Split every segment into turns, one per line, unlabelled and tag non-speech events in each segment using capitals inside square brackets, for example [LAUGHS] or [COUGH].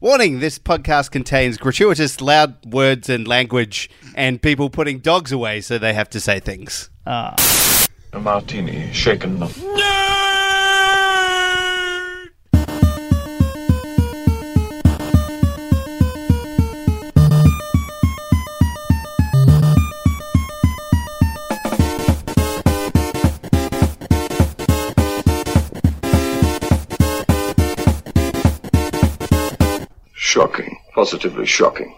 Warning this podcast contains gratuitous loud words and language and people putting dogs away so they have to say things.
A martini, shaken, not shocking, positively shocking.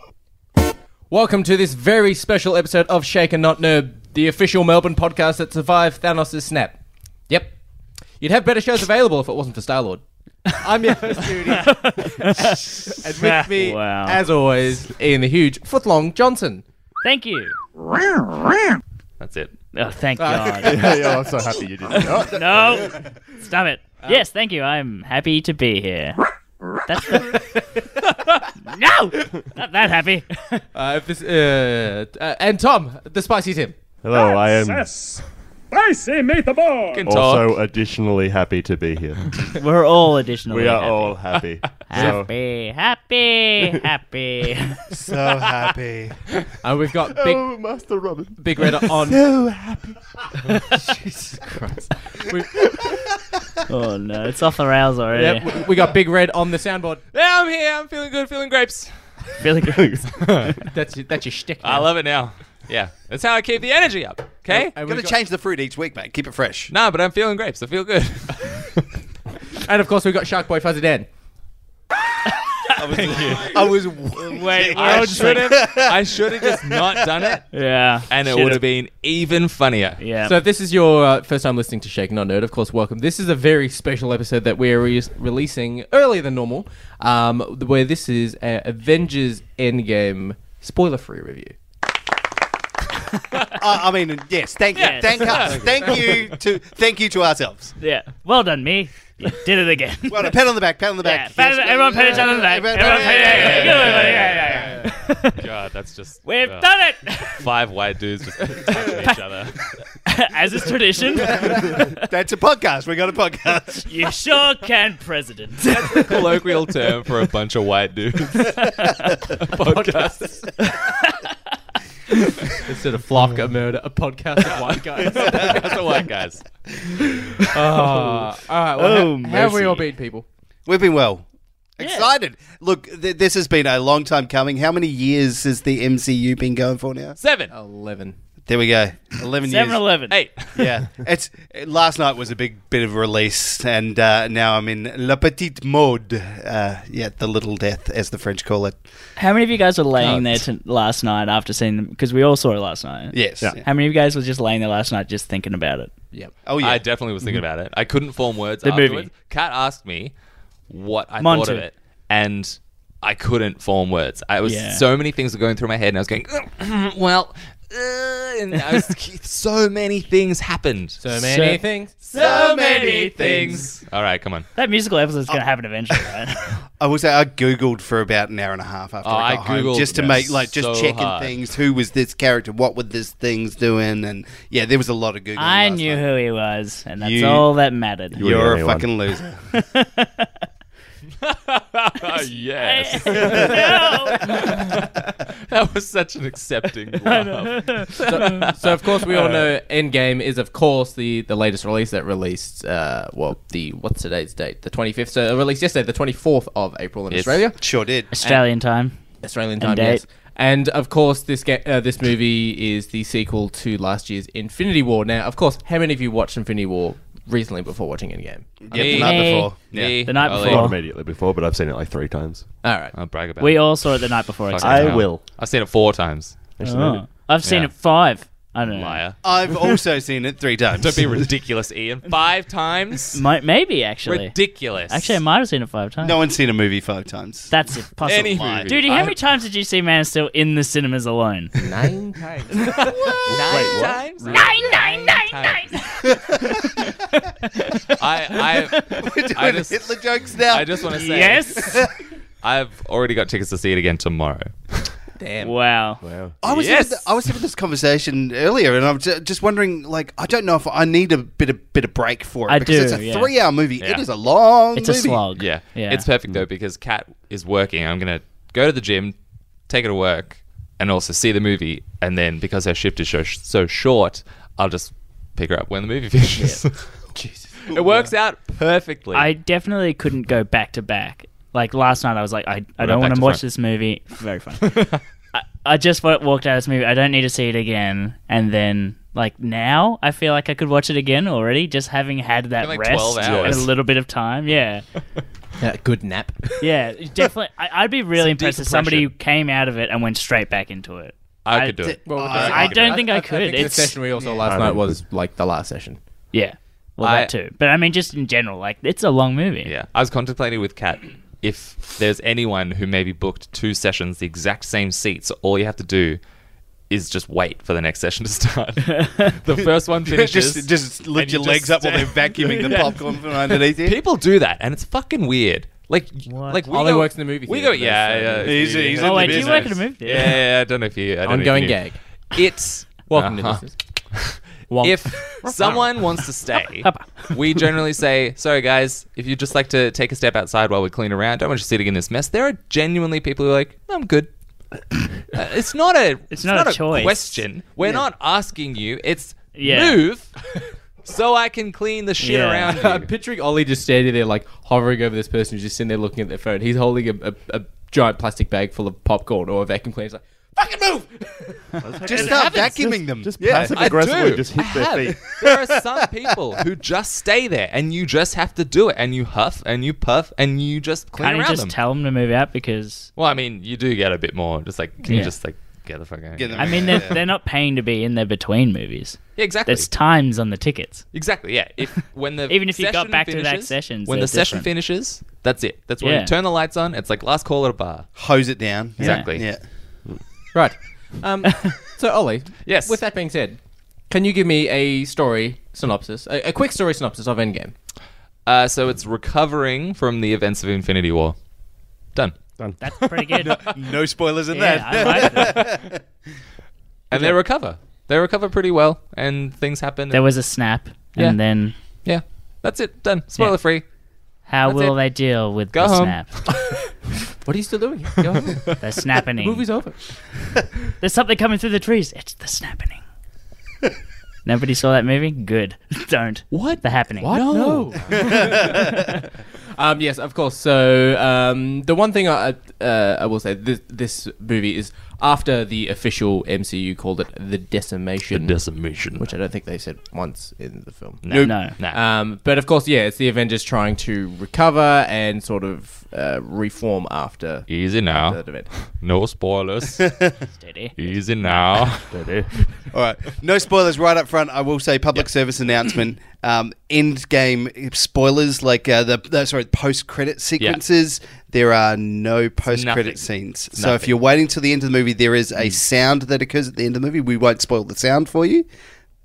Welcome to this very special episode of Shake and Not Nerd, the official Melbourne podcast that survived Thanos' snap. Yep. You'd have better shows available if it wasn't for Star Lord. [LAUGHS] I'm your host, Judy. and with me,
Wow.
as always, Ian the Huge, Footlong Johnson.
Thank you. That's it. Oh, thank God.
yeah, yeah, I'm so happy you did that.
[LAUGHS]
Oh,
no. Stop it. yes, thank you. I'm happy to be here. That's the... no, not that happy.
Uh, if this, uh, uh, and Tom, the Spicy Tim.
Hello, I am
Can [LAUGHS]
also additionally happy to be here.
We're all additionally
We are
happy.
all happy. So,
happy, happy, happy.
So happy.
And we've got Big,
oh, Master Robin.
Big Red on.
So happy.
[LAUGHS] Jesus Christ.
oh no, it's off the rails already.
Yep, we- we got Big Red on the soundboard. Yeah, I'm here. I'm feeling good. Feeling grapes.
Really good.
That's your, that's your shtick.
I love it now. Yeah, that's how I keep the energy up. Okay.
And
Gotta
we've got-
change the fruit each week, mate. Keep it fresh.
no, but I'm feeling grapes. I feel good.
[LAUGHS] And of course, we've got Shark Boy Fuzzy Dan.
[LAUGHS] I was. Wait, [LAUGHS]
Wait,
I should have. I should have just not done [LAUGHS] it,
Yeah.
and it
Should've-
would have been even funnier.
[LAUGHS]
Yeah.
So if this is your uh, first time listening to Shake Not Nerd, of course, welcome. This is a very special episode that we're re- releasing earlier than normal, um, where this is a Avengers Endgame spoiler-free review.
I, I mean, yes. Thank you.
Yes.
Thank
[LAUGHS]
us. Thank you to. Thank you to ourselves.
yeah. Well done, me. You did it again.
Well, done. pat on the back. Pat on the
yeah.
back.
pat-
Yes.
Everyone pat each other on the back.
Everyone
Everyone
pat-
pat each other. Yeah, yeah, yeah, yeah.
God, that's just
We've
uh,
done it.
Five white dudes just [LAUGHS] touching each other.
[LAUGHS] As is
[LAUGHS]
tradition,
That's a podcast. We got a
[LAUGHS]
podcast.
you sure can, President.
[LAUGHS] Colloquial term for a bunch of white dudes. Podcasts.
Instead of Flock, a murder, a podcast
[LAUGHS]
of white
[LAUGHS]
guys.
That's the white guys.
oh, [LAUGHS] all right. Well,
Oh,
ha- how have we
mercy.
all been, people?
We've been well. Excited. Look, th- this has been a long time coming. How many years has the MCU been going for now?
Seven.
Oh. Eleven.
There we go. Eleven years.
7 Eleven.
Eight.
yeah, it's it- last night was a big bit of release, and uh, now I'm in la petite mode. Uh, yeah, the little death, as the French call it.
How many of you guys were laying
Oh.
there to, last night after seeing them? Because we all saw it last night.
Yes.
Yeah.
How many of you guys were just laying there last night just thinking about it?
Yep.
Oh yeah.
I definitely was thinking about it. I couldn't form words.
The movie.
afterwards. Kat asked me what I
Monty.
thought of it, and I couldn't form words. I was
Yeah.
so many things were going through my head, and I was going, [CLEARS THROAT] well, uh, and I was, [LAUGHS] so many things happened.
So many
So-
things.
So many
things. All right, come on.
That musical episode's going to happen eventually, [LAUGHS] right?
I will say I googled for about an hour and a half after
Oh,
I
I
got home,
Googled
just to
that
make like just
so
checking
hard.
things. Who was this character? What were this things doing? And yeah, there was a lot of googling.
I
last
knew
night.
who he was, and that's
You-
all that mattered.
were the
You're a
only one.
fucking
[LAUGHS]
loser.
[LAUGHS]
yes.
no!
that was such an accepting laugh.
So, so of course we all know Endgame is of course the the latest release that released uh well the what's today's date the 25th so it released yesterday the 24th of April in
Yes.
Australia
Sure did.
Australian time.
Australian
And
time
date.
yes and of course this ga- uh, this movie is the sequel to last year's Infinity War now of course how many of you watched Infinity War recently before watching Endgame
Yeah, the
Me.
night
Hey.
before. Yeah.
Me,
The night
Ollie.
before.
Not immediately before, but I've seen it like three times.
all right
I'll brag about
We
it.
all saw it the night before.
Fucking
except-
I
hell.
will.
I've seen it four times.
Oh. I've seen
Yeah.
it five. I don't know.
Liar.
I've also seen it three times. [LAUGHS]
Don't be
[LAUGHS]
ridiculous, Ian. Five times?
Might, maybe, actually.
ridiculous.
Actually, I might have seen it five times.
no one's seen a movie five times.
That's impossible.
Any movie.
Dude, how
I-
many times did you see Man of Steel in the cinemas alone?
[LAUGHS] nine times
Nine
what?
times? Nine, [LAUGHS] nine, nine, nine. I,
[LAUGHS] We're
I,
doing
I just,
Hitler jokes now.
[LAUGHS] I just want to say,
yes.
I've already got tickets to see it again tomorrow.
Damn.
Wow.
Wow.
I was
Yes.
having, I was having this conversation earlier, and I'm ju- just wondering, like, I don't know if I need a bit of bit of break for it
I
because
do,
it's a
yeah.
three-hour movie. It
Yeah.
is a long.
It's a
movie.
slog.
Yeah.
Yeah.
It's perfect though because Kat is working. I'm gonna go to the gym, take her to work, and also see the movie. And then because her shift is so, so short, I'll just pick her up when the movie [LAUGHS] finishes. Jesus. It works out perfectly.
I definitely couldn't go back to back. Like last night, I was like, I, I don't
back
want
to
to watch
front.
this movie. Very funny.
[LAUGHS]
I, I just wa- walked out of this movie. I don't need to see it again. And then, like now, I feel like I could watch it again already, just having had that
like,
rest
12
and a
hours.
little bit of time. Yeah,
A Uh, good nap.
yeah, definitely. I, I'd be really impressed if somebody who came out of it and went straight back into it.
I could do it.
Well,
I don't think I could.
think
It's-
the session we also last night was like the last session.
Yeah, well,
I-
that too. But I mean, just in general, like it's a long movie.
Yeah, I was contemplating with Kat if there's anyone who maybe booked two sessions, the exact same seat, so all you have to do is just wait for the next session
[LAUGHS]
to start. the first one finishes.
[LAUGHS] Just just lift
you
your
just
legs up while they're
stand-
vacuuming the
Yeah.
popcorn from underneath you.
People do that, and it's fucking weird. Like,
What?
like we
Ollie
go-
works in the movie
We
theater,
go,
so
yeah,
it's, uh,
yeah.
He's- he's
Oh,
in
wait,
the
do you
business.
work at a movie theater?
Yeah, yeah, yeah, I don't know if you. I don't know if you
Ongoing
knew.
gag.
[LAUGHS]
It's
Welcome
Uh-huh.
[LAUGHS] to this.
If someone wants to
[LAUGHS]
stay, we generally say, "Sorry, guys, if you'd just like to take a step outside while we clean around, don't want you sitting in this mess." There are genuinely people who are like, "I'm
[COUGHS]
good." Uh, it's not a. It's,
not a choice.
Question. We're not asking you. It's
Yeah. [LAUGHS]
move, so I can clean the shit
Yeah.
around
I'm
you.
picturing Uh, Ollie just standing there, like hovering over this person who's just sitting there looking at their phone. He's holding a, a, a giant plastic bag full of popcorn or a vacuum cleaner. He's like, "Fucking move!" [LAUGHS]
just start vacuuming them.
Just
yeah.
passive
[LAUGHS] I
aggressively
do.
just
I
hit their
have.
feet.
[LAUGHS] there are some people who just stay there, and you just have to do it, and you huff and you puff and you just clean
I didn't
around
just
them.
tell them to move out because
Well, I mean, you do get a bit more. Just like, can
Yeah.
you just like get the fuck out?
Get them
I mean
out.
they're, they're not paying to be in their between movies.
Yeah, exactly.
There's times on the tickets.
exactly. Yeah.
[LAUGHS]
If when the
Even if you got
session
back-to-back
finishes-
sessions,
when the
they're
session
different.
finishes, that's it. That's when
Yeah.
you turn the lights on. It's like last call at a bar.
hose it down. Yeah.
Exactly.
Yeah.
right. [LAUGHS] Um, so Ollie,
Yes.
With that being said, can you give me a story synopsis, a, a quick story synopsis of Endgame?
Uh, so it's recovering from the events of Infinity War. Done.
Done.
That's pretty good.
No spoilers in
yeah,
that.
I like that.
And they recover. They recover pretty well, and things happen.
There was a snap,
Yeah.
and then
yeah, that's it. Done. Spoiler free.
how
That's
will
it.
they deal with
Go
the
home. [LAUGHS]
snap?
What are you still doing? Go [LAUGHS] home.
The
[LAUGHS]
snapping.
Movie's over.
There's something coming through the trees. It's the snapping.
[LAUGHS]
Nobody saw that movie? Good. [LAUGHS] Don't.
What?
The happening.
No. um, yes, of course. So um, the one thing I uh, I will say this this movie is after the official MCU called it the decimation,
Decimation.
which I don't think they said once in the film.
no.
No.
Nah.
Um, but of course, yeah, it's the Avengers trying to recover and sort of uh, reform after
Easy now.
that event.
No [LAUGHS] spoilers.
Steady.
Easy now.
All right. No spoilers right up front. I will say public service
[CLEARS THROAT]
announcement. Um, end game spoilers, like uh, the, the sorry post credit sequences. There are no post
nothing.
credit scenes. So if you're waiting till the end of the movie, there is a
Mm.
sound that occurs at the end of the movie. We won't spoil the sound for you,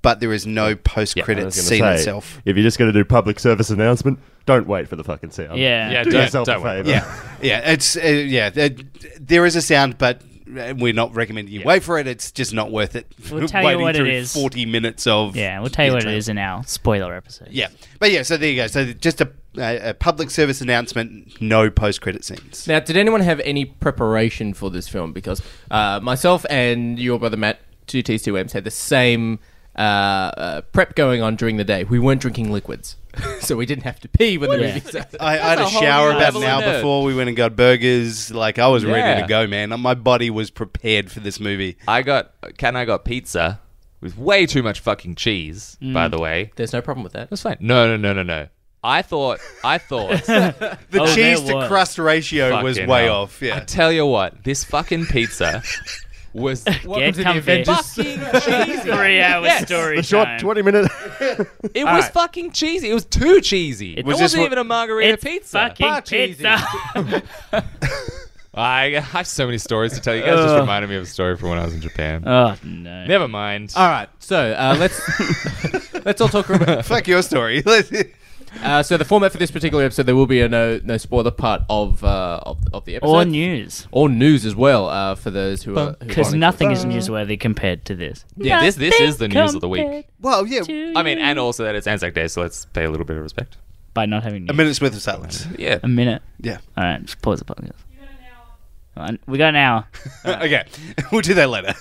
but there is no post
I
credit
was gonna
scene
say,
itself.
If you're just going to do public service announcement, don't wait for the fucking
[LAUGHS]
sound.
Yeah.
Yeah,
Do
don't-
yourself
don't
a
wait.
favor.
Yeah, yeah. It's uh, yeah. There, there is a sound, but. uh, We're not recommending you wait for it. It's just not worth it. [LAUGHS]
We'll tell you
Waiting
what it
through
is.
Forty minutes of
Yeah, we'll tell you what it
trailer.
is in our spoiler episode.
Yeah, but yeah, so there you go. So just a, a, a public service announcement, no post credit scenes.
Now, did anyone have any preparation for this film? Because uh, myself and your brother Matt, two T's, two M's, had the same uh, uh, prep going on during the day. We weren't drinking liquids, [LAUGHS] so we didn't have to pee when the
Yeah.
movie started.
I, I had
That's
a,
a whole
shower
new
about
level
an
of
hour
nerd.
before we went and got burgers. Like I was ready
Yeah.
to go, man. My body was prepared for this movie.
[LAUGHS] I got Kat and I got pizza with way too much fucking cheese, by the way.
There's no problem with
[LAUGHS]
that.
That's fine. No, no, no, no, no. I thought I thought [LAUGHS]
The
Oh, there
cheese to
was.
crust ratio was
fucking
way
hell.
off. Yeah, [LAUGHS]
I tell you what, this fucking pizza [LAUGHS] was
Get
to the
comfy.
Avengers.
fucking cheesy.
Three hour
Yes.
story
The short
time.
20 minute. [LAUGHS]
It was fucking cheesy. It was too cheesy. It,
Was
this
wasn't
what-
even a margarita
It's
pizza.
fucking
Fuck cheesy.
pizza.
[LAUGHS] I, I have so many stories to tell you guys. Just reminded me of a story from when I was in Japan.
[LAUGHS] oh no.
Never mind.
All right, so uh, [LAUGHS] let's let's all talk about.
fuck your story. [LAUGHS] Let's-
Uh, so the format for this particular episode, there will be a no no spoiler part of uh, of, of the episode
or news.
or news as well uh, for those who are who
Because
aren't-
nothing is newsworthy compared to this.
Yeah, this this is the news of the week.
Well, yeah,
I mean, and also that it's Anzac Day, so let's pay a little bit of respect.
by not having news.
a minute's worth of silence.
Yeah.
A minute.
Yeah.
All right, just pause the podcast. Alright, We got an hour.
okay, [LAUGHS] we'll do that later.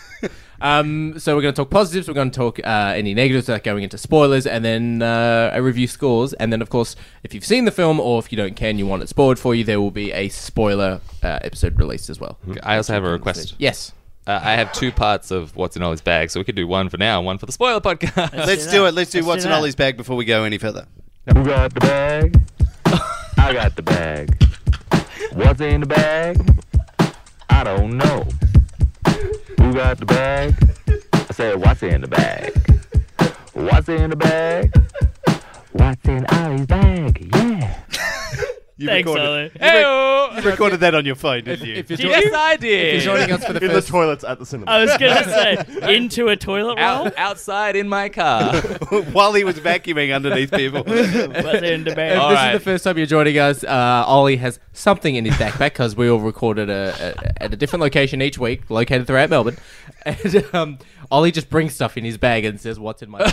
Um, so we're going to talk positives. We're going to talk uh, any negatives without going into spoilers, and then uh, a review scores. And then, of course, if you've seen the film, or if you don't care and you want it spoiled for you, there will be a spoiler uh, episode released as well.
Hmm.
I also have a request.
Yes.
Uh, I have two parts of what's in Ollie's bag, so we could do one for now and one for the spoiler podcast.
Let's
do
do
that.
it. Let's do
Let's
what's
do
in
that.
Ollie's bag before we go any further. [LAUGHS]
Who got the bag? I got the bag. What's in the bag? I don't know. Who got the bag? I said, what's in the bag? What's in the bag? What's in Ollie's bag? Yeah.
You
Thanks,
recorded,
Ollie.
oh,
Oh,
you recorded that on your phone, didn't you?
If you're, joining-
yes, I
if
did.
you're joining us for the
in the
first
toilets at the cinema.
I was
[LAUGHS]
[LAUGHS]
gonna say into a toilet roll.
Out, [LAUGHS] outside in my car.
While he was vacuuming underneath people.
But in the bag.
If
All
this
right.
is the first time you're joining us, uh, Ollie has something in his backpack because we all recorded a, a, at a different location each week, located throughout Melbourne. [LAUGHS] And um, Ollie just brings stuff in his bag and says, "What's in my
[LAUGHS]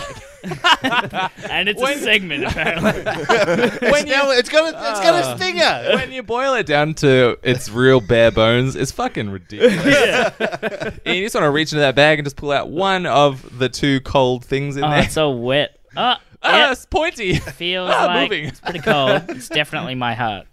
bag?"
and it's a segment apparently.
[LAUGHS]
when you, it's got a, it's got a stinger.
when you boil it down to its real bare bones, it's fucking ridiculous. And you just want to reach into that bag and just pull out one of the two cold things in
oh,
there.
it's so wet. Oh,
ah,
yep.
it's pointy.
feels
Ah,
like
moving.
it's pretty
[LAUGHS]
cold. It's definitely my heart.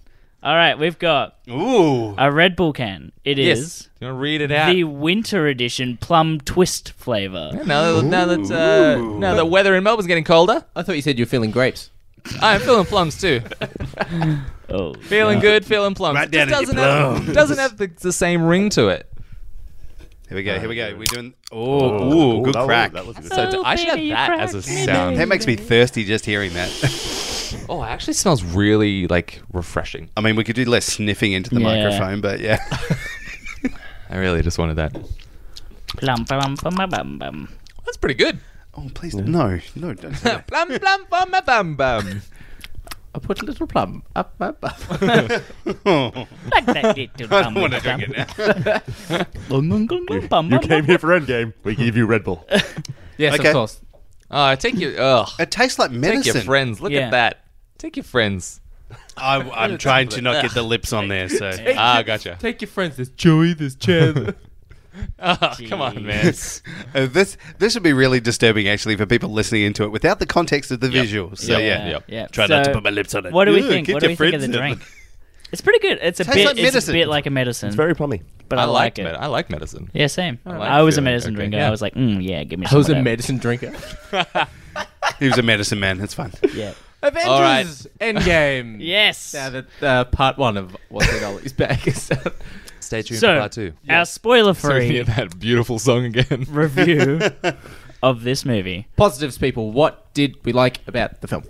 All right, we've got
Ooh.
a Red Bull can. It
Yes. Ah.
is
You want to read it out?
the winter edition plum twist flavor.
Now that, now that uh, now the weather in Melbourne's getting colder,
I thought you said you were feeling grapes.
I'm feeling plums too.
Oh,
Feeling good, feeling plums.
Right
It
down
just
in your
doesn't have, doesn't have the, the same ring to it.
Here we go. Here we go. We're doing. Oh, ooh, good
that
crack.
Was, that was a good
So d- I should have that as a sound.
that makes me thirsty just hearing that.
Oh, it actually smells really like refreshing.
I mean, we could do less sniffing into the
Yeah.
microphone, but yeah.
I really just wanted that.
plum plum plum bum, bum bum.
That's pretty good.
oh, please, no, no, don't. Say
[LAUGHS]
that.
Plum plum bum ba, bum bum.
I put a little plum up my butt.
Oh,
Like that little
[LAUGHS]
I don't
bum,
want to
bum,
drink it now.
bum, bum, bum, bum, bum,
You
bum,
came
bum.
here for Endgame. We give you Red [LAUGHS] Bull.
Yes,
Okay.
of course.
Oh, take your ugh.
It tastes like
Take your
medicine.
friends. Look
Yeah.
at that. Take your friends.
I, I'm trying to not get the lips on there, so uh,
[LAUGHS] Ah, gotcha.
Take your friends. There's Joey. There's Chandler.
Ah, come on, man.
[LAUGHS] Uh, this this would be really disturbing actually for people listening into it without the context of the visuals. So yeah,
Yep.
yeah.
try not to
So-
put my lips on it.
What do we
Ew,
think?
get
What do
your
we think of the
friends in.
drink? It's pretty good. It's a
Tastes
bit.
like
it's a
medicine.
bit like a medicine.
It's very plummy.
but I,
I
like
like
it.
med- I like medicine.
yeah, same. I,
like
was a
feeling
medicine
okay,
drinker.
yeah.
I was like, mm, yeah, give me.
I
some
was a
of that.
medicine drinker.
He was a medicine man. That's fine.
Yeah.
[LAUGHS] Avengers
All right.
[LAUGHS] Endgame.
Yes.
Now that uh, part one of What's in Ollie's bag is [LAUGHS] out.
Stay tuned for
so,
part two.
our spoiler-free
Sorry, hear [LAUGHS] that beautiful
[LAUGHS]
song again.
review of this movie.
positives, people. What did we like about the film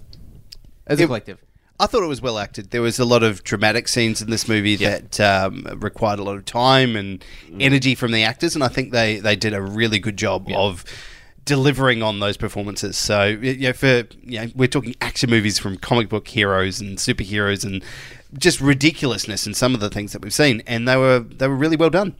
as a
It-
collective?
I thought it was well acted. There was a lot of dramatic scenes in this movie that um, required a lot of time and energy from the actors, and I think they, they did a really good job of delivering on those performances. So you know, for you know, we're talking action movies from comic book heroes and superheroes and just ridiculousness in some of the things that we've seen, and they were they were really well done.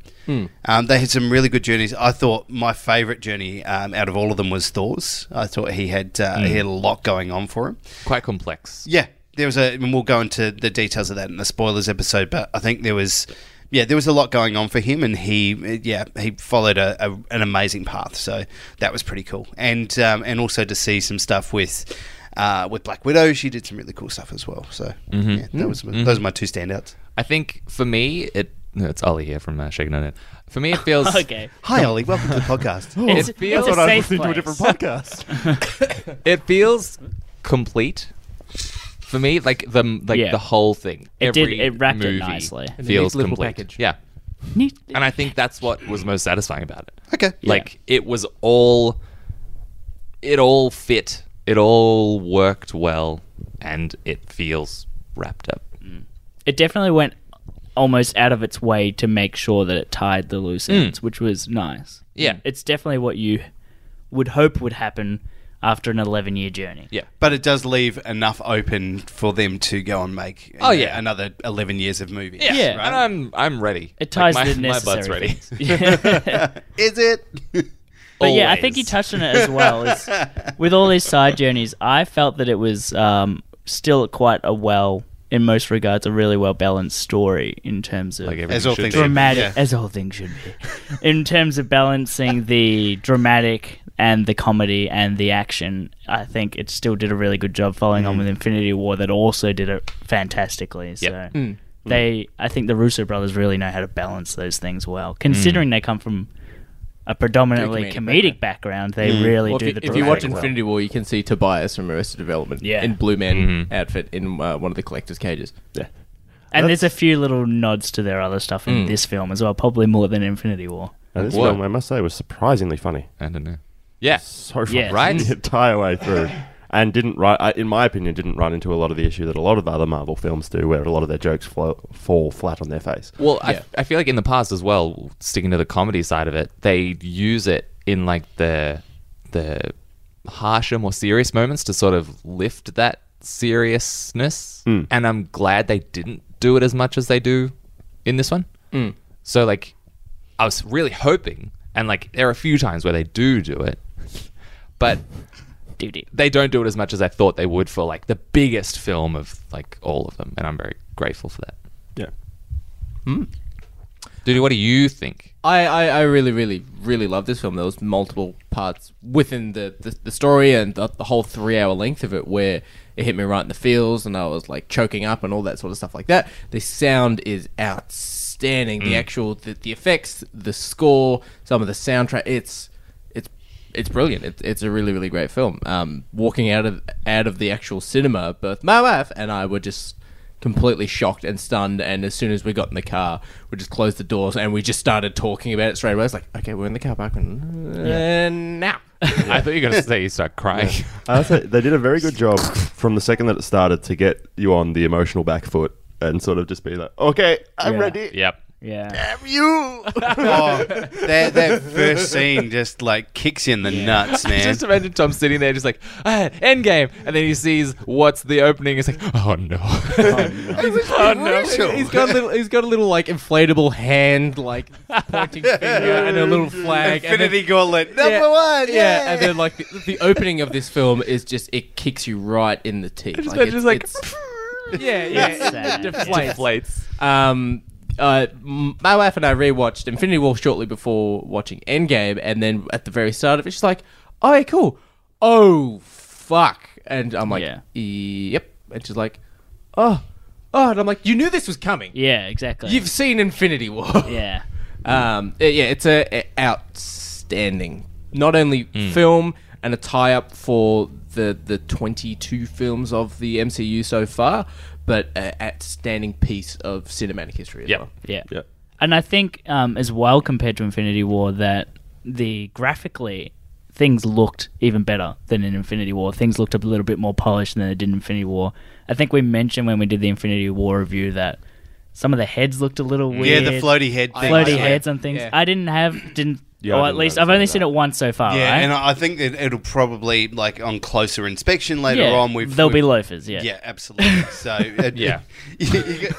Um, they had some really good journeys. I thought my favourite journey um, out of all of them was Thor's. I thought he had uh, he had a lot going on for him.
Quite complex.
Yeah, there was a, and we'll go into the details of that in the spoilers episode. But I think there was, yeah, there was a lot going on for him, and he, yeah, he followed a, a, an amazing path. So that was pretty cool, and um, and also to see some stuff with. Uh, with Black Widow, she did some really cool stuff as well. So yeah, that was those are my two standouts.
I think for me, it. No, it's Ollie here from uh, Shaking On It.
[LAUGHS]
For me, it feels.
Okay.
Hi Ollie, welcome to the
[GASPS]
podcast.
It's,
feels
it's a
Thought Oh, I was
safe
listening to a
place.
different
[LAUGHS]
podcast.
It feels complete. For me, like the like
Yeah.
the whole thing.
It did-
Every
it wrapped it
movie
nicely. And
Feels
neat little
complete.
package.
Yeah.
Neat.
And I think that's what was most satisfying about it.
Okay,
Like it was all it all fit. It all worked well and it feels wrapped up.
It definitely went almost out of its way to make sure that it tied the loose ends, which was nice.
Yeah.
It's definitely what you would hope would happen after an 11 year journey.
Yeah.
But it does leave enough open for them to go and make
Oh,
you know,
yeah.
another 11 years of movies.
Yeah.
And I'm I'm ready.
It ties
like
the
[LAUGHS] my, my butt's
necessary.
ready.
things.
[LAUGHS]
[LAUGHS] Yeah.
[LAUGHS] Is it?
But yeah, I think
Always.
you touched on it as well.
[LAUGHS]
is with all these side journeys, I felt that it was um, still quite a well, in most regards, a really well balanced story in terms of
Like everything
As all
should
things
be.
should be.
dramatic,
Yeah.
as all things should be, [LAUGHS] in terms of balancing the dramatic and the comedy and the action. I think it still did a really good job following on with Infinity War, that also did it fantastically. So.
Yep.
They, I think the Russo brothers really know how to balance those things well, considering they come from a predominantly
Comedic
comedic background. They really
Well, if
do
you,
the
if you watch
dramatic well.
Infinity War, you can see Tobias from Arrested Development
Yeah.
in Blue Man
Mm-hmm.
outfit in uh, one of the collector's cages.
Yeah.
And there's a few little nods to their other stuff in this film as well, probably more than Infinity War.
And this
What?
film, I must say, was surprisingly funny.
I don't know. Yeah.
So funny
Yes.
Right?
[LAUGHS]
the entire way through. And didn't run, I- in my opinion, didn't run into a lot of the issue that a lot of the other Marvel films do, where a lot of their jokes flow, fall flat on their face.
Well,
Yeah.
I, I feel like in the past as well, sticking to the comedy side of it, they use it in like the the harsher, more serious moments to sort of lift that seriousness. And I'm glad they didn't do it as much as they do in this one. So like, I was really hoping, and like there are a few times where they do do it, but
Dude, it-
they don't do it as much as I thought they would for like the biggest film of like all of them, and I'm very grateful for that.
Yeah.
Dude, what do you think?
I, I, I really, really, really love this film. There was multiple parts within the, the, the story and the, the whole three hour length of it where it hit me right in the feels and I was like choking up and all that sort of stuff like that. The sound is outstanding. The actual the, the effects, the score, some of the soundtrack. It's it's it's brilliant. It's it's a really really great film. Um, walking out of out of the actual cinema, both my wife and I were just completely shocked and stunned. And as soon as we got in the car, we just closed the doors and we just started talking about it straight away. It's like, okay, we're in the car park and [LAUGHS] now.
I thought you were going to say you start crying. [LAUGHS] Uh,
I must say, they did a very good job from the second that it started to get you on the emotional back foot and sort of just be like, okay, I'm
Yeah.
ready.
[LAUGHS] Yep.
yeah.
oh, that, that first scene just like kicks you in the nuts, man. Oh,
Just imagine Tom sitting there, just like ah, end game, and then he sees what's the opening. He's like, oh
[LAUGHS]
no, oh no.
He's got a little, he's got a little like inflatable hand, like [LAUGHS] pointing finger and a little flag. and then-
Infinity Gauntlet, number
Yeah,
one.
Yeah. and then like the, the opening of this film is just it kicks you right in the teeth.
Just imagine just like
yeah, yeah,
sad.
it deflates.
plates.
Um, uh, m- my wife and I rewatched Infinity War shortly before watching Endgame, and then at the very start of it, she's like, "Oh, yeah, cool. Oh, fuck!" And I'm like,
Yeah.
"Yep," and she's like, "Oh, oh," and I'm like, "You knew this was coming.
Yeah, exactly.
You've seen Infinity War." [LAUGHS]
yeah.
Um, uh, yeah, it's a, a outstanding not only
Hmm.
film and a tie up for the the 22 films of the MCU so far, but an outstanding piece of cinematic history as
Yep.
well.
Yeah.
Yeah.
And I think um, as well compared to Infinity War that the graphically things looked even better than in Infinity War. Things looked a little bit more polished than they did in Infinity War. I think we mentioned when we did the Infinity War review that some of the heads looked a little
Yeah,
weird.
the floaty head thing.
floaty
Yeah.
heads and things.
Yeah.
I didn't have didn't
Yeah, I
or at
didn't
least
notice
I've only
either.
seen it once so far.
Yeah,
right?
Uh, and I I think it, it'll probably like on closer inspection later
Yeah,
on. We've
there'll
we've-
be loafers. Yeah.
Yeah, absolutely.
[LAUGHS]
So uh,
Yeah.
[LAUGHS] you- you get-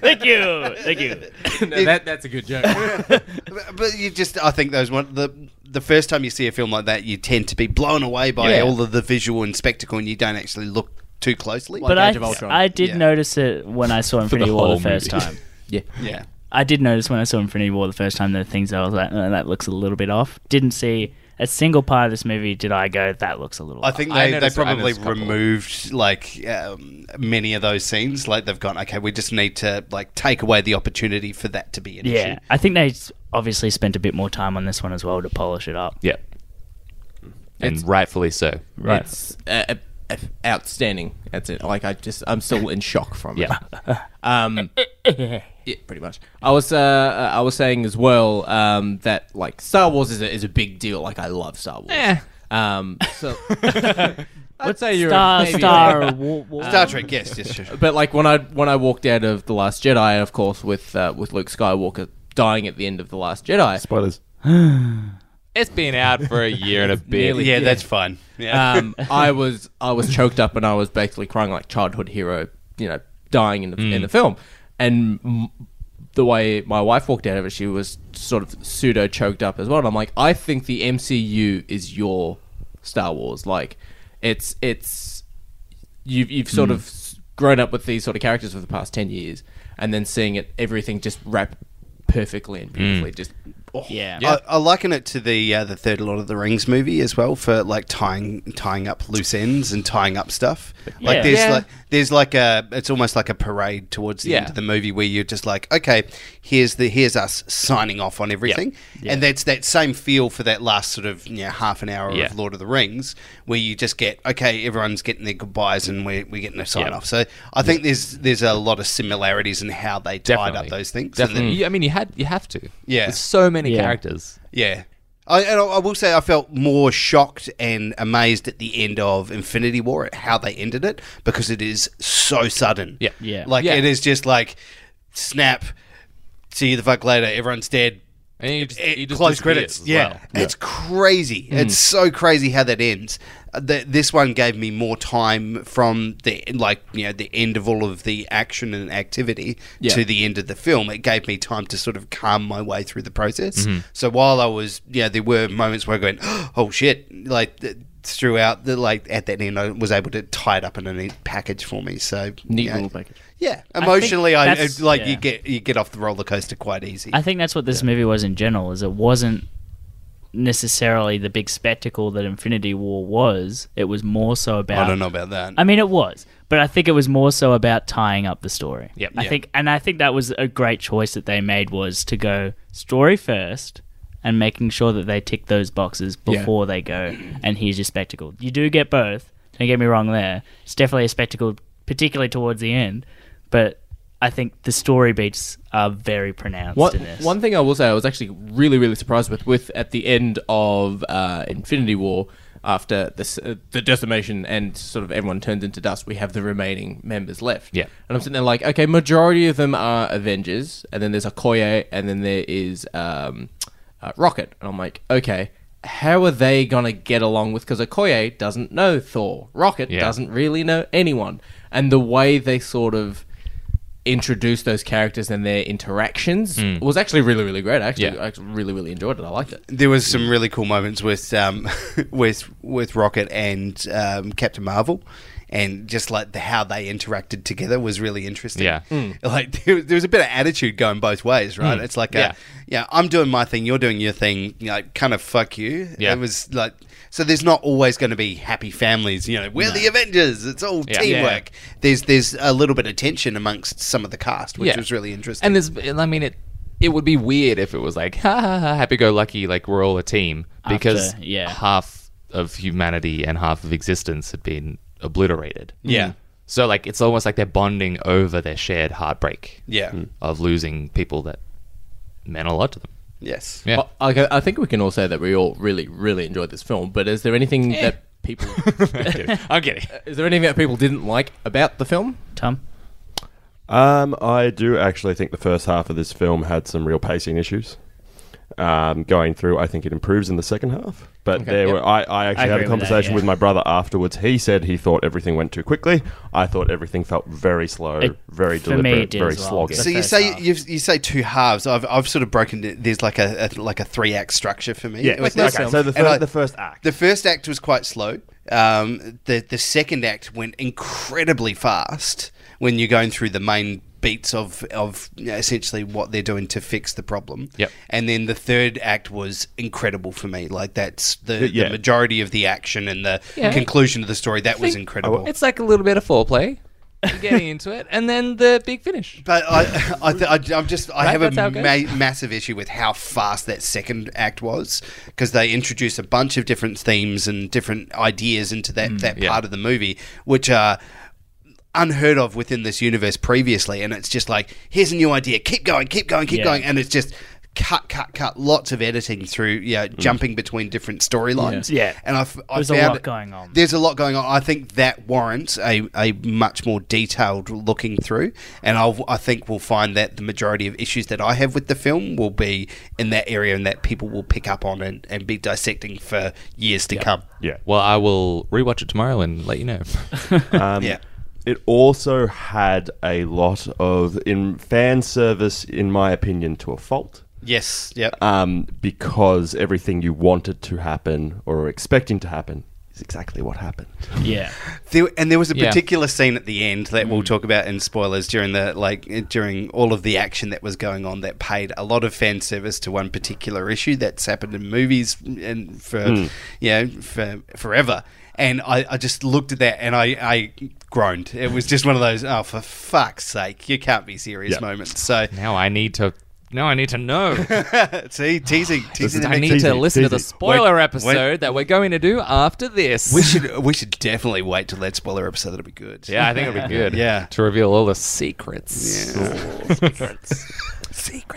Thank you. Thank you.
[LAUGHS] No, that, that's a good joke.
but you just, I think those one the the first time you see a film like that, you tend to be blown away by
Yeah.
all of the visual and spectacle, and you don't actually look too closely.
But
Age of
I,
Ultron.
I did
Yeah.
notice it when I saw Infinity War
whole
the first
movie.
time.
[LAUGHS]
[LAUGHS]
[LAUGHS]
yeah.
yeah,
I did notice when I saw Infinity War the first time the things I was like, "Uh, that looks a little bit off. Didn't see a single part of this movie. Did I go? That looks a little.
I
off."
think
I
they, they
noticed- I
probably
noticed a couple.
removed like um, many of those scenes. Like they've gone, okay, we just need to like take away the opportunity for that to be an
Yeah,
issue.
I think they s- obviously spent a bit more time on this one as well to polish it up.
Yep. And rightfully so.
Right.
It's uh, uh, uh, outstanding. That's it. Like I just, I'm still in shock from it.
Yeah.
[LAUGHS]
[LAUGHS]
Um, yeah, pretty much. I was uh, uh, I was saying as well um, that like Star Wars is a, is a big deal. Like I love Star Wars.
Eh.
Um, so [LAUGHS] I'd say you're
Star,
maybe- [LAUGHS]
Star, War, War-
Star Trek, yes, yes, yes.
But like when I when I walked out of the Last Jedi, of course, with uh, with Luke Skywalker dying at the end of the Last Jedi.
Spoilers.
It's been out for a year and a bit.
[LAUGHS]
Nearly.
[LAUGHS]
yeah, that's fine. Yeah.
um, I was I was choked up and I was basically crying like childhood hero, you know, dying in the, in the film. And m- the way my wife walked out of it, she was sort of pseudo choked up as well. And I'm like, I think the MCU is your Star Wars. Like, it's it's you've you've sort of s- grown up with these sort of characters for the past ten years, and then seeing it everything just wrap perfectly and beautifully. Just oh.
Yeah.
I, I liken it to the uh, the third Lord of the Rings movie as well for like tying tying up loose ends and tying up stuff.
Yeah.
Like there's
Yeah.
like there's like a it's almost like a parade towards the end
Yeah.
of the movie where you're just like, okay, here's the here's us signing off on everything, and that's that same feel for that last sort of you know, half an hour
Yeah.
of Lord of the Rings where you just get okay, everyone's getting their goodbyes and we're, we're getting a sign
Yeah.
off. So I think there's there's a lot of similarities in how they tied
Definitely.
up those things. And
Definitely. Mm. You- I mean, you had you have to.
Yeah.
There's so many
Yeah.
characters.
Yeah. I, and I- I will say I felt more shocked and amazed at the end of Infinity War at how they ended it because it is so sudden.
Yeah.
Yeah.
Like
Yeah.
it is just like snap. See you the fuck later. Everyone's dead.
And you just,
It-
you just
close
disappear
credits.
as
Yeah. Hmm.
well.
it's crazy. It's so crazy how that ends. Uh, th- this one gave me more time from the like you know the end of all of the action and activity
Yeah.
to the end of the film. It gave me time to sort of calm my way through the process. So while I was yeah, there were moments where I went, [GASPS] oh shit, like. th- Throughout the like at that end, I was able to tie it up in a neat package for me. So
Neat
you know,
little package.
yeah, emotionally, I,
that's-
like
yeah.
you get you get off the roller coaster quite easy.
I think that's what this movie was in general. Is it wasn't necessarily the big spectacle that Infinity War was. It was more so about.
I don't know about that.
I mean, it was, but I think it was more so about tying up the story.
Yep.
I
Yeah.
think, and I think that was a great choice that they made was to go story first and making sure that they tick those boxes
Yeah.
before they go. And here's your spectacle. You do get both. Don't get me wrong. There, it's definitely a spectacle, particularly towards the end. But I think the story beats are very pronounced
One,
in this.
one thing I will say, I was actually really, really surprised with with at the end of uh, Infinity War, after this, uh, the decimation and sort of everyone turns into dust, we have the remaining members left.
Yeah.
and I'm sitting there like, okay, majority of them are Avengers, and then there's Okoye, and then there is um, uh, Rocket, and I'm like, okay. How are they gonna get along with? Because Okoye doesn't know Thor, Rocket
Yeah.
doesn't really know anyone, and the way they sort of introduce those characters and their interactions was actually really, really great. I actually,
Hmm. Yeah.
I actually really, really enjoyed it. I liked it.
there was some really cool moments with um, [LAUGHS] with with Rocket and um, Captain Marvel, and just like the, how they interacted together was really interesting.
Yeah.
[LAUGHS] like there was, there was a bit of attitude going both ways, right? It's like,
Hmm. Yeah.
yeah, yeah, I'm doing my thing, you're doing your thing. You know, kind of fuck you.
Yeah.
it was like so. There's not always going to be happy families. You know, we're the Avengers. It's all
Yeah.
teamwork. There's there's a little bit of tension amongst some of the cast, which
Yeah.
was really interesting.
And there's, and I mean, it it would be weird if it was like [LAUGHS] ha ha ha happy go lucky, like we're all a team because
After- yeah.
half of humanity and half of existence had been obliterated.
yeah,
So like it's almost like they're bonding over their shared heartbreak.
Yeah.
Of losing people that meant a lot to them.
yes.
Yeah.
Well, okay, I think we can all say that we all really, really enjoyed this film. But is there anything that people
[LAUGHS] I'm kidding.
[LAUGHS] is there anything that people didn't like about the film?
Tom.
Um, I do actually think the first half of this film had some real pacing issues. Um, going through, I think it improves in the second half. But there
yep.
were, I, I actually
I
had
agree
a
with that,
conversation
yeah.
with my brother afterwards. He said he thought everything went too quickly. I thought everything felt very slow,
It-
very
for me, it
deliberate,
did
very
as well.
slogging.
the
so you
first
say
half.
you you say two halves. I've I've sort of broken it. There's like a, a like a three act structure for me.
yeah,
with
okay.
this.
So the,
And
fir-
I-
the first act.
The first act was quite slow. Um, the the second act went incredibly fast when you're going through the main beats of of you know, essentially what they're doing to fix the problem.
Yep.
And then the third act was incredible for me. Like that's the,
yeah.
the majority of the action and the conclusion of the story. That was incredible.
It's like a little bit of foreplay, You're getting into it, and then the big finish.
But I, I, th- I I'm just, I
Right,
have a
that's how it
ma- massive issue with how fast that second act was because they introduce a bunch of different themes and different ideas into that
Mm,
that
yeah.
part of the movie, which are unheard of within this universe previously. And it's just like, here's a new idea, keep going, keep going, keep
Yeah.
going, and it's just. cut, cut, cut, lots of editing through, yeah, jumping between different storylines.
Mm. Yeah. Yeah.
and I, f- I
There's a
found
lot going on.
There's a lot going on. I think that warrants a, a much more detailed looking through, and I'll, I think we'll find that the majority of issues that I have with the film will be in that area, and that people will pick up on and, and be dissecting for years to come.
Yeah.
Well, I will rewatch it tomorrow and let you [LAUGHS] know.
Um,
Yeah.
It also had a lot of in fan service, in my opinion, to a fault.
Yes. Yep.
Um, because everything you wanted to happen or were expecting to happen is exactly what happened.
Yeah.
There, and there was a
Yeah. Mm.
particular scene at the end that we'll talk about in spoilers during the like during all of the action that was going on that paid a lot of fan service to one particular issue that's happened in movies and for
Hmm.
you know for forever. And I, I just looked at that and I, I groaned. It was just one of those oh for fuck's sake you can't be serious
Yeah.
moments. So
now I need to. Now I need to know.
see teasing [LAUGHS] teasing.
I
the
need
next-
to
easy,
listen to the
easy.
spoiler
Wait,
episode
wait.
that we're going to do after this.
we should we should definitely wait till that spoiler episode. That'll be good.
yeah, I
[LAUGHS]
think it'll be good.
Yeah.
To reveal all the secrets.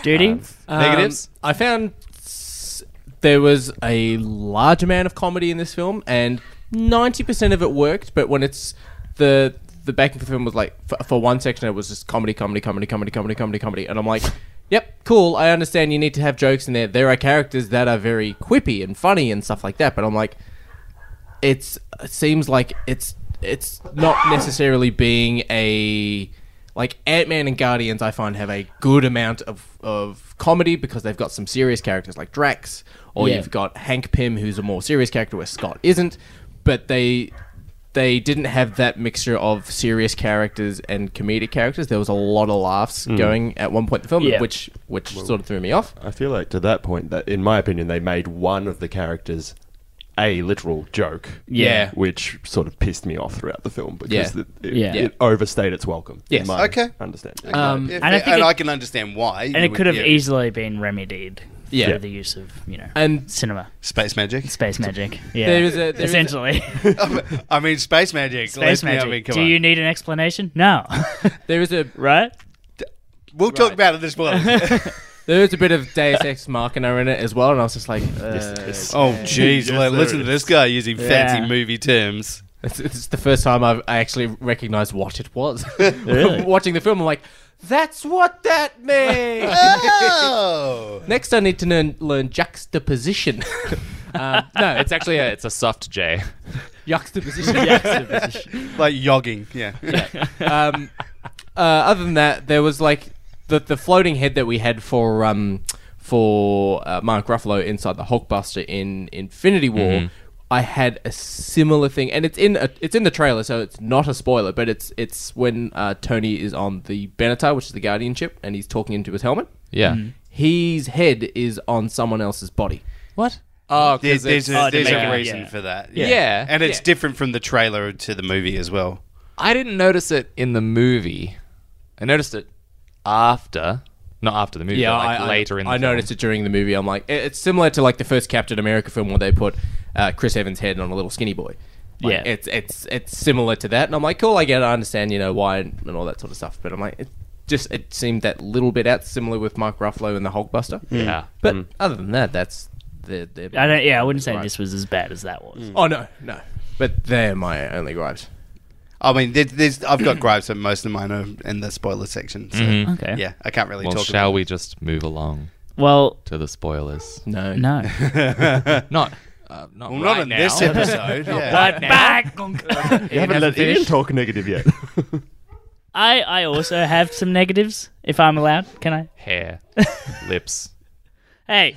Duty.
Negatives?
Um, I found s- there was a large amount of comedy in this film, and ninety percent of it worked. But when it's the the backing for the film was like for, for one section, it was just comedy, comedy, comedy, comedy, comedy, comedy, comedy, and I'm like. Yep, cool. I understand you need to have jokes in there. There are characters that are very quippy and funny and stuff like that, but I'm like, it's it seems like it's it's not necessarily being a like Ant Man and Guardians. I find have a good amount of of comedy because they've got some serious characters like Drax, or
Yeah.
you've got Hank Pym, who's a more serious character where Scott isn't. But they they didn't have that mixture of serious characters and comedic characters. There was a lot of laughs going at one point in the film,
Hmm. Yeah.
which which sort of threw me off.
I feel like to that point that, in my opinion, they made one of the characters a literal joke.
Yeah.
Which sort of pissed me off throughout the film because
Yeah.
it, it,
Yeah.
it overstayed its welcome.
Yes.
in my
Okay.
Understanding.
Um,
and I
and,
think it-
I can understand why.
And
You
it
would-
could have
yeah.
easily been remedied
Yeah.
through the use of, you know,
And-
cinema,
space magic.
space magic.
[LAUGHS]
Yeah.
There is a- there is a- [LAUGHS]
Essentially.
I mean, space magic.
space
Let's be- I
magic.
mean, come
Do
on.
you need an explanation? No. [LAUGHS]
There is a
right?
we'll talk about it this
[LAUGHS]
morning.
there is a bit of Deus Ex Machina in it as well, and I was just like, uh,
oh, jeez. like, listen to this guy using
Yeah.
fancy movie terms.
It's, it's the first time I've I actually recognized what it was. [LAUGHS] Watching the film, I'm like, that's what
[LAUGHS]
that means.
Oh.
Next, I need to learn, learn juxtaposition. [LAUGHS] um, no, it's
It's actually a, it's a soft J. [LAUGHS]
juxtaposition.
like yogging. Yeah.
um, uh, other than that, there was like the the floating head that we had for um, for uh, Mark Ruffalo inside the Hulkbuster in Infinity War. I had a similar thing, and it's in a, it's in the trailer, so it's not a spoiler. But it's it's when uh, Tony is on the Benatar, which is the Guardian ship, and he's talking into his helmet.
Yeah.
His head is on someone else's body.
What? Oh, 'cause
There- there's
it's-
a,
Oh, to
there's
make
a
it-
reason
yeah.
for that.
Yeah.
And it's
Yeah.
different from the trailer to the movie as well.
I didn't notice it in the movie. I noticed it after, not after the movie, but like later in the
I noticed it during the movie. I'm like, it- it's similar to like the first Captain America film where they put uh, Chris Evans' head on a little skinny boy. Like,
Yeah.
it's it's it's similar to that, and I'm like, cool, I get, it, I understand, you know why and, and all that sort of stuff. But I'm like, it just it seemed that little bit out similar with Mark Ruffalo and the Hulkbuster.
Yeah.
But other than that, that's the the.
Mm. I don't. Yeah, I wouldn't say
Right.
this was as bad as that was.
Oh no, no. But they're my only gripes.
I mean, there, there's I've got gripes, but most of mine are in the spoiler section. So,
Mm.
Okay.
yeah, I can't really
Well,
talk
shall
about
we just move along
Well,
to the spoilers?
No, [LAUGHS]
no.
Not, uh, not
Well,
right
not in
now.
this
[LAUGHS]
episode. yeah.
Back.
you haven't let Ian talk negative [LAUGHS] yet.
I I also have some negatives. If I'm allowed, can I?
Hair, lips.
[LAUGHS]
Hey,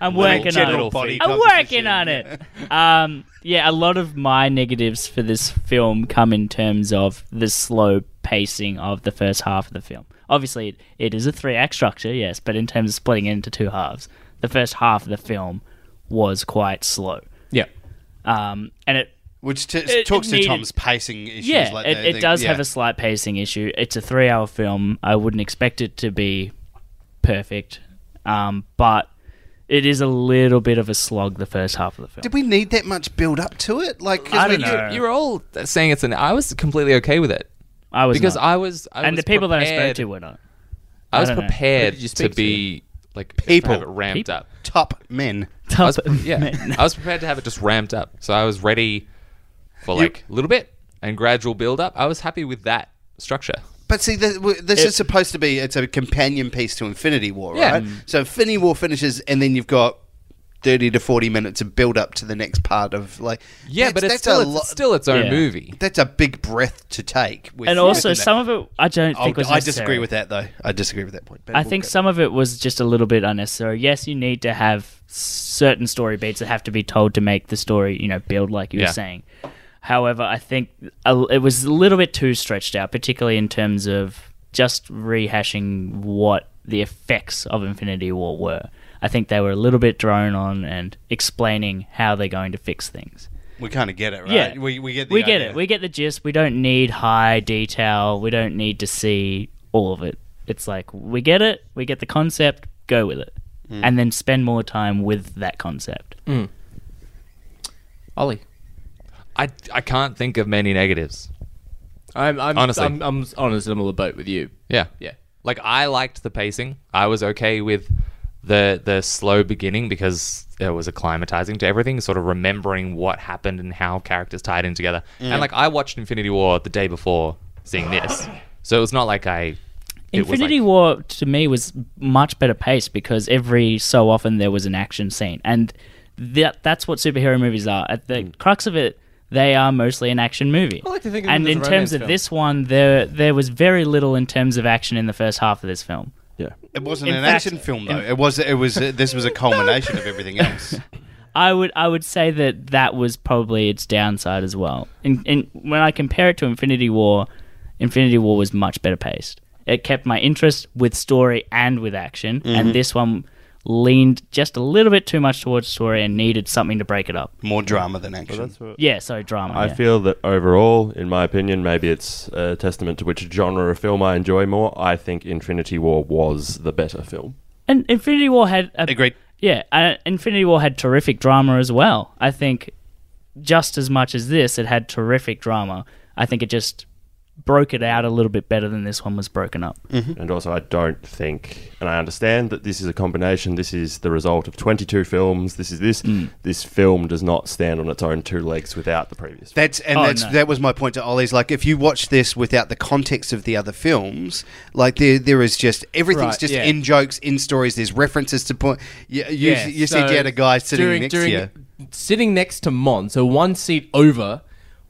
I'm working on
General
it.
body
I'm
composition.
working on it. Um, yeah, a lot of my negatives for this film come in terms of the slow pacing of the first half of the film. Obviously, it, it is a three act structure, yes, but in terms of splitting it into two halves, the first half of the film was quite slow.
yeah,
Um, and it
Which t-
It-
talks
it
to
needed-
Tom's pacing issues.
Yeah,
like
it,
they-
it
they-
does
yeah.
have a slight pacing issue. It's a three-hour film. I wouldn't expect it to be perfect, um, but it is a little bit of a slog the first half of the film.
Did we need that much build up to it? Like, 'cause
I
we-
don't
you-
know.
You were all saying it's an. I was completely okay with it
I was
because
not.
I was. I
and
was
the people that I spoke
prepared-
to were not.
I was
don't know.
prepared
Who did you
to
speak to?
be Like if I have
People.
it ramped
People.
up.
Top men.
I was,
Top
pre-
[LAUGHS]
yeah,
men.
I was prepared to have it just ramped up, so I was ready for like a little bit and gradual build up. I was happy with that structure.
But see, this, w- this is supposed to be it's a companion piece to Infinity War,
Yeah. Mm.
right? So Infinity War finishes, and then you've got thirty to forty minutes of build up to the next part of like.
Yeah,
that's-
but it's
that's
still,
a
it's
lo-
still its own
Yeah.
movie.
That's a big breath to take. With,
and also
within that.
some of it I don't
I'll-
think was
I disagree
necessary.
with that though. I disagree with that point. but
I
we'll
think
go-
some of it was just a little bit unnecessary. Yes, you need to have certain story beats that have to be told to make the story, you know, build like you
Yeah.
were saying. However, I think a, it was a little bit too stretched out, particularly in terms of just rehashing what the effects of Infinity War were. I think they were a little bit drone on and explaining how they're going to fix things.
we kind of get it, right?
Yeah.
we, we get the
we get
idea.
it. We get the gist. We don't need high detail. We don't need to see all of it. It's like we get it. We get the concept. Go with it,
Hmm.
and then spend more time with that concept.
Ollie.
I, I can't think of many negatives.
I'm, I'm
Honestly.
I'm, I'm on a similar boat with you.
Yeah.
Yeah.
Like I liked the pacing. I was okay with the the slow beginning because it was acclimatizing to everything, sort of remembering what happened and how characters tied in together. And like I watched Infinity War the day before seeing this. So it was not like I it was
Infinity
like-
War to me was much better paced because every so often there was an action scene, and that that's what superhero movies are. At the crux of it, they are mostly an action movie.
Hmm. I like to think of them
and
as a
in
romance
terms of
film.
this one, there there was very little in terms of action in the first half of this film.
Yeah.
It wasn't
In
an
fact-
action film though. it was. It was. This was a culmination of everything else.
I would I would say that that was probably its downside as well. And and when I compare it to Infinity War, Infinity War was much better paced. It kept my interest with story and with action,
Mm-hmm.
and this one leaned just a little bit too much towards story and needed something to break it up.
More drama than action.
Yeah, sorry, drama.
I
yeah.
feel that overall, in my opinion, maybe it's a testament to which genre of film I enjoy more. I think Infinity War was the better film.
and Infinity War had a,
Agreed.
Yeah, uh, Infinity War had terrific drama as well. I think just as much as this, it had terrific drama. I think it just broke it out a little bit better than this one was broken up.
And also, I don't think, and I understand that this is a combination. This is the result of 22 films. This is this. This film does not stand on its own two legs without the previous. film.
That's and
Oh,
that's
no.
that was my point to Ollie's. Like, if you watch this without the context of the other films, like there there is just everything's
Right,
just
yeah.
in jokes, in stories. There's references to point. You, you, you said you had a guy sitting
during-
next
during-
to you.
Sitting next to Mon, so one seat over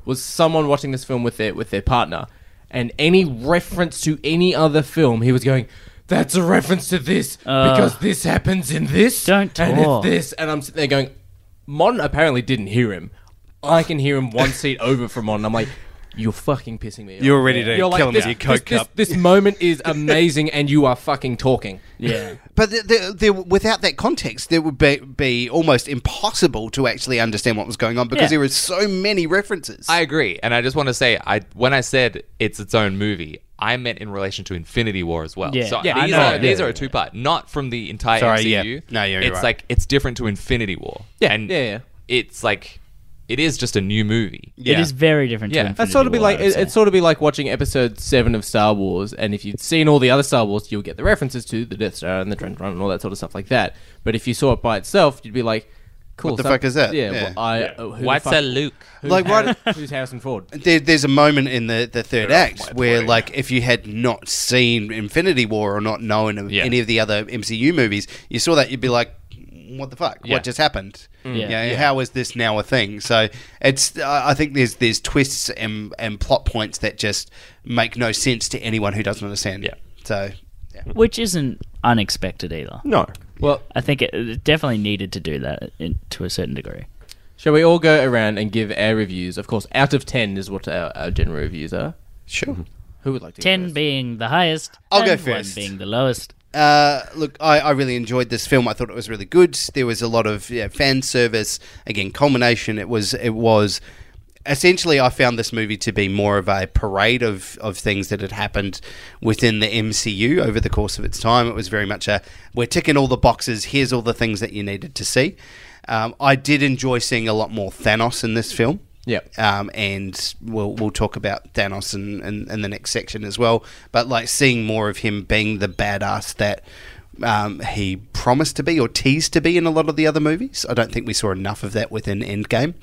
was someone watching this film with their with their partner, and any reference to any other film, he was going. That's a reference to this because this happens in this.
Uh, Don't
and it's
talk.
this, and I'm sitting there going, Mon apparently didn't hear him. I can hear him one seat [LAUGHS] over from Mon. And I'm like, you're fucking pissing me. off.
You're ready to
You're like,
kill him
this,
with your Coke
this,
cup.
This, this moment is amazing, and you are fucking talking.
Yeah.
But the, the, the, without that context, there would be, be almost impossible to actually understand what was going on because
Yeah.
there were so many references.
I agree. And I just want to say I when I said it's its own movie, I meant in relation to Infinity War as well.
Yeah.
So
Yeah, I
these,
know.
are,
Yeah,
these
yeah,
are a two part, not from the entire
Sorry, yeah.
MCU.
No, you're- you're
It's
right.
like it's different to Infinity War.
Yeah,
And
yeah, yeah.
it's like it is just a new movie.
yeah.
It is very different.
Yeah.
to
That's
Infinity
That's sort of be
War,
like
I would
it,
say.
it's sort of be like watching episode seven of Star Wars, and if you'd seen all the other Star Wars, you'll get the references to the Death Star and the Trent Run and all that sort of stuff like that. But if you saw it by itself, you'd be like, "Cool,
What the
some-
fuck is that?
Yeah,
Yeah.
Well, I, uh, who
What's
the fuck,
a Luke?
who's
Like, why- [LAUGHS]
Harri- who's Harrison Ford?
there, there's a moment in the, the third act where, like, if you had not seen Infinity War or not known of
Yeah.
any of the other MCU movies, you saw that, you'd be like, what the fuck?
Yeah. Mm.
What just happened?
Yeah.
You know, How is this now a thing? So it's, I I think there's there's twists and, and plot points that just make no sense to anyone who doesn't understand.
Yeah.
So, yeah.
which isn't unexpected either.
no.
Well,
I think it, it definitely needed to do that in, to a certain degree.
shall we all go around and give our reviews? Of course, out of ten is what our, our general reviews are.
Sure.
Who would like to? go
Ten
first?
being the highest,
I'll go
and
first.
One being the lowest.
Uh, look, I, I really enjoyed this film. I thought it was really good. There was a lot of yeah, fan service. Again, culmination. It was. It was. Essentially, I found this movie to be more of a parade of, of things that had happened within the MCU over the course of its time. It was very much a we're ticking all the boxes. Here's all the things that you needed to see. Um, I did enjoy seeing a lot more Thanos in this film.
Yep.
Um, and we'll we'll talk about Thanos in, in, in the next section as well. But like seeing more of him being the badass that um, he promised to be or teased to be in a lot of the other movies. I don't think we saw enough of that within Endgame,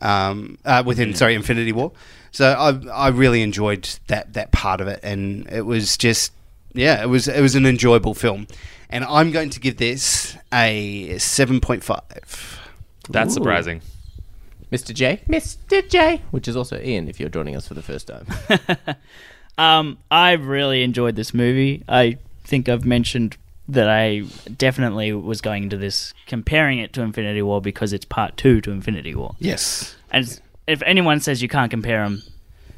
um, uh, within sorry Infinity War. So I I really enjoyed that that part of it, and it was just yeah, it was it was an enjoyable film, and I'm going to give this a seven point five.
That's surprising.
Mr. J. Mr. J. Which is also Ian, if you're joining us for the first
[LAUGHS]
time.
Um, I really enjoyed this movie. I think I've mentioned that I definitely was going into this comparing it to Infinity War because it's part two to Infinity War.
Yes,
And it's- if anyone says you can't compare them,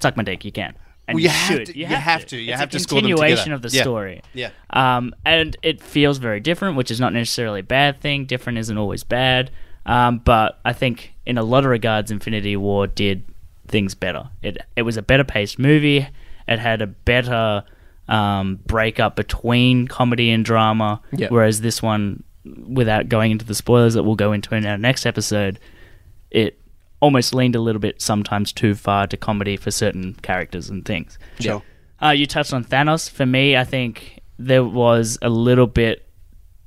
suck my dick. You can. And
Well, you have
should.
to- you have to. You
It's
have
a
to score them
continuation
together.
of the
Yeah.
story.
Yeah.
Um, and it feels very different, which is not necessarily a bad thing. Different isn't always bad. Um, but I think in a lot of regards, Infinity War did things better. It it was a better paced movie. It had a better um, breakup between comedy and drama.
Yeah.
Whereas this one, without going into the spoilers that we'll go into in our next episode, it almost leaned a little bit sometimes too far to comedy for certain characters and things.
sure.
Uh, you touched on Thanos. For me, I think there was a little bit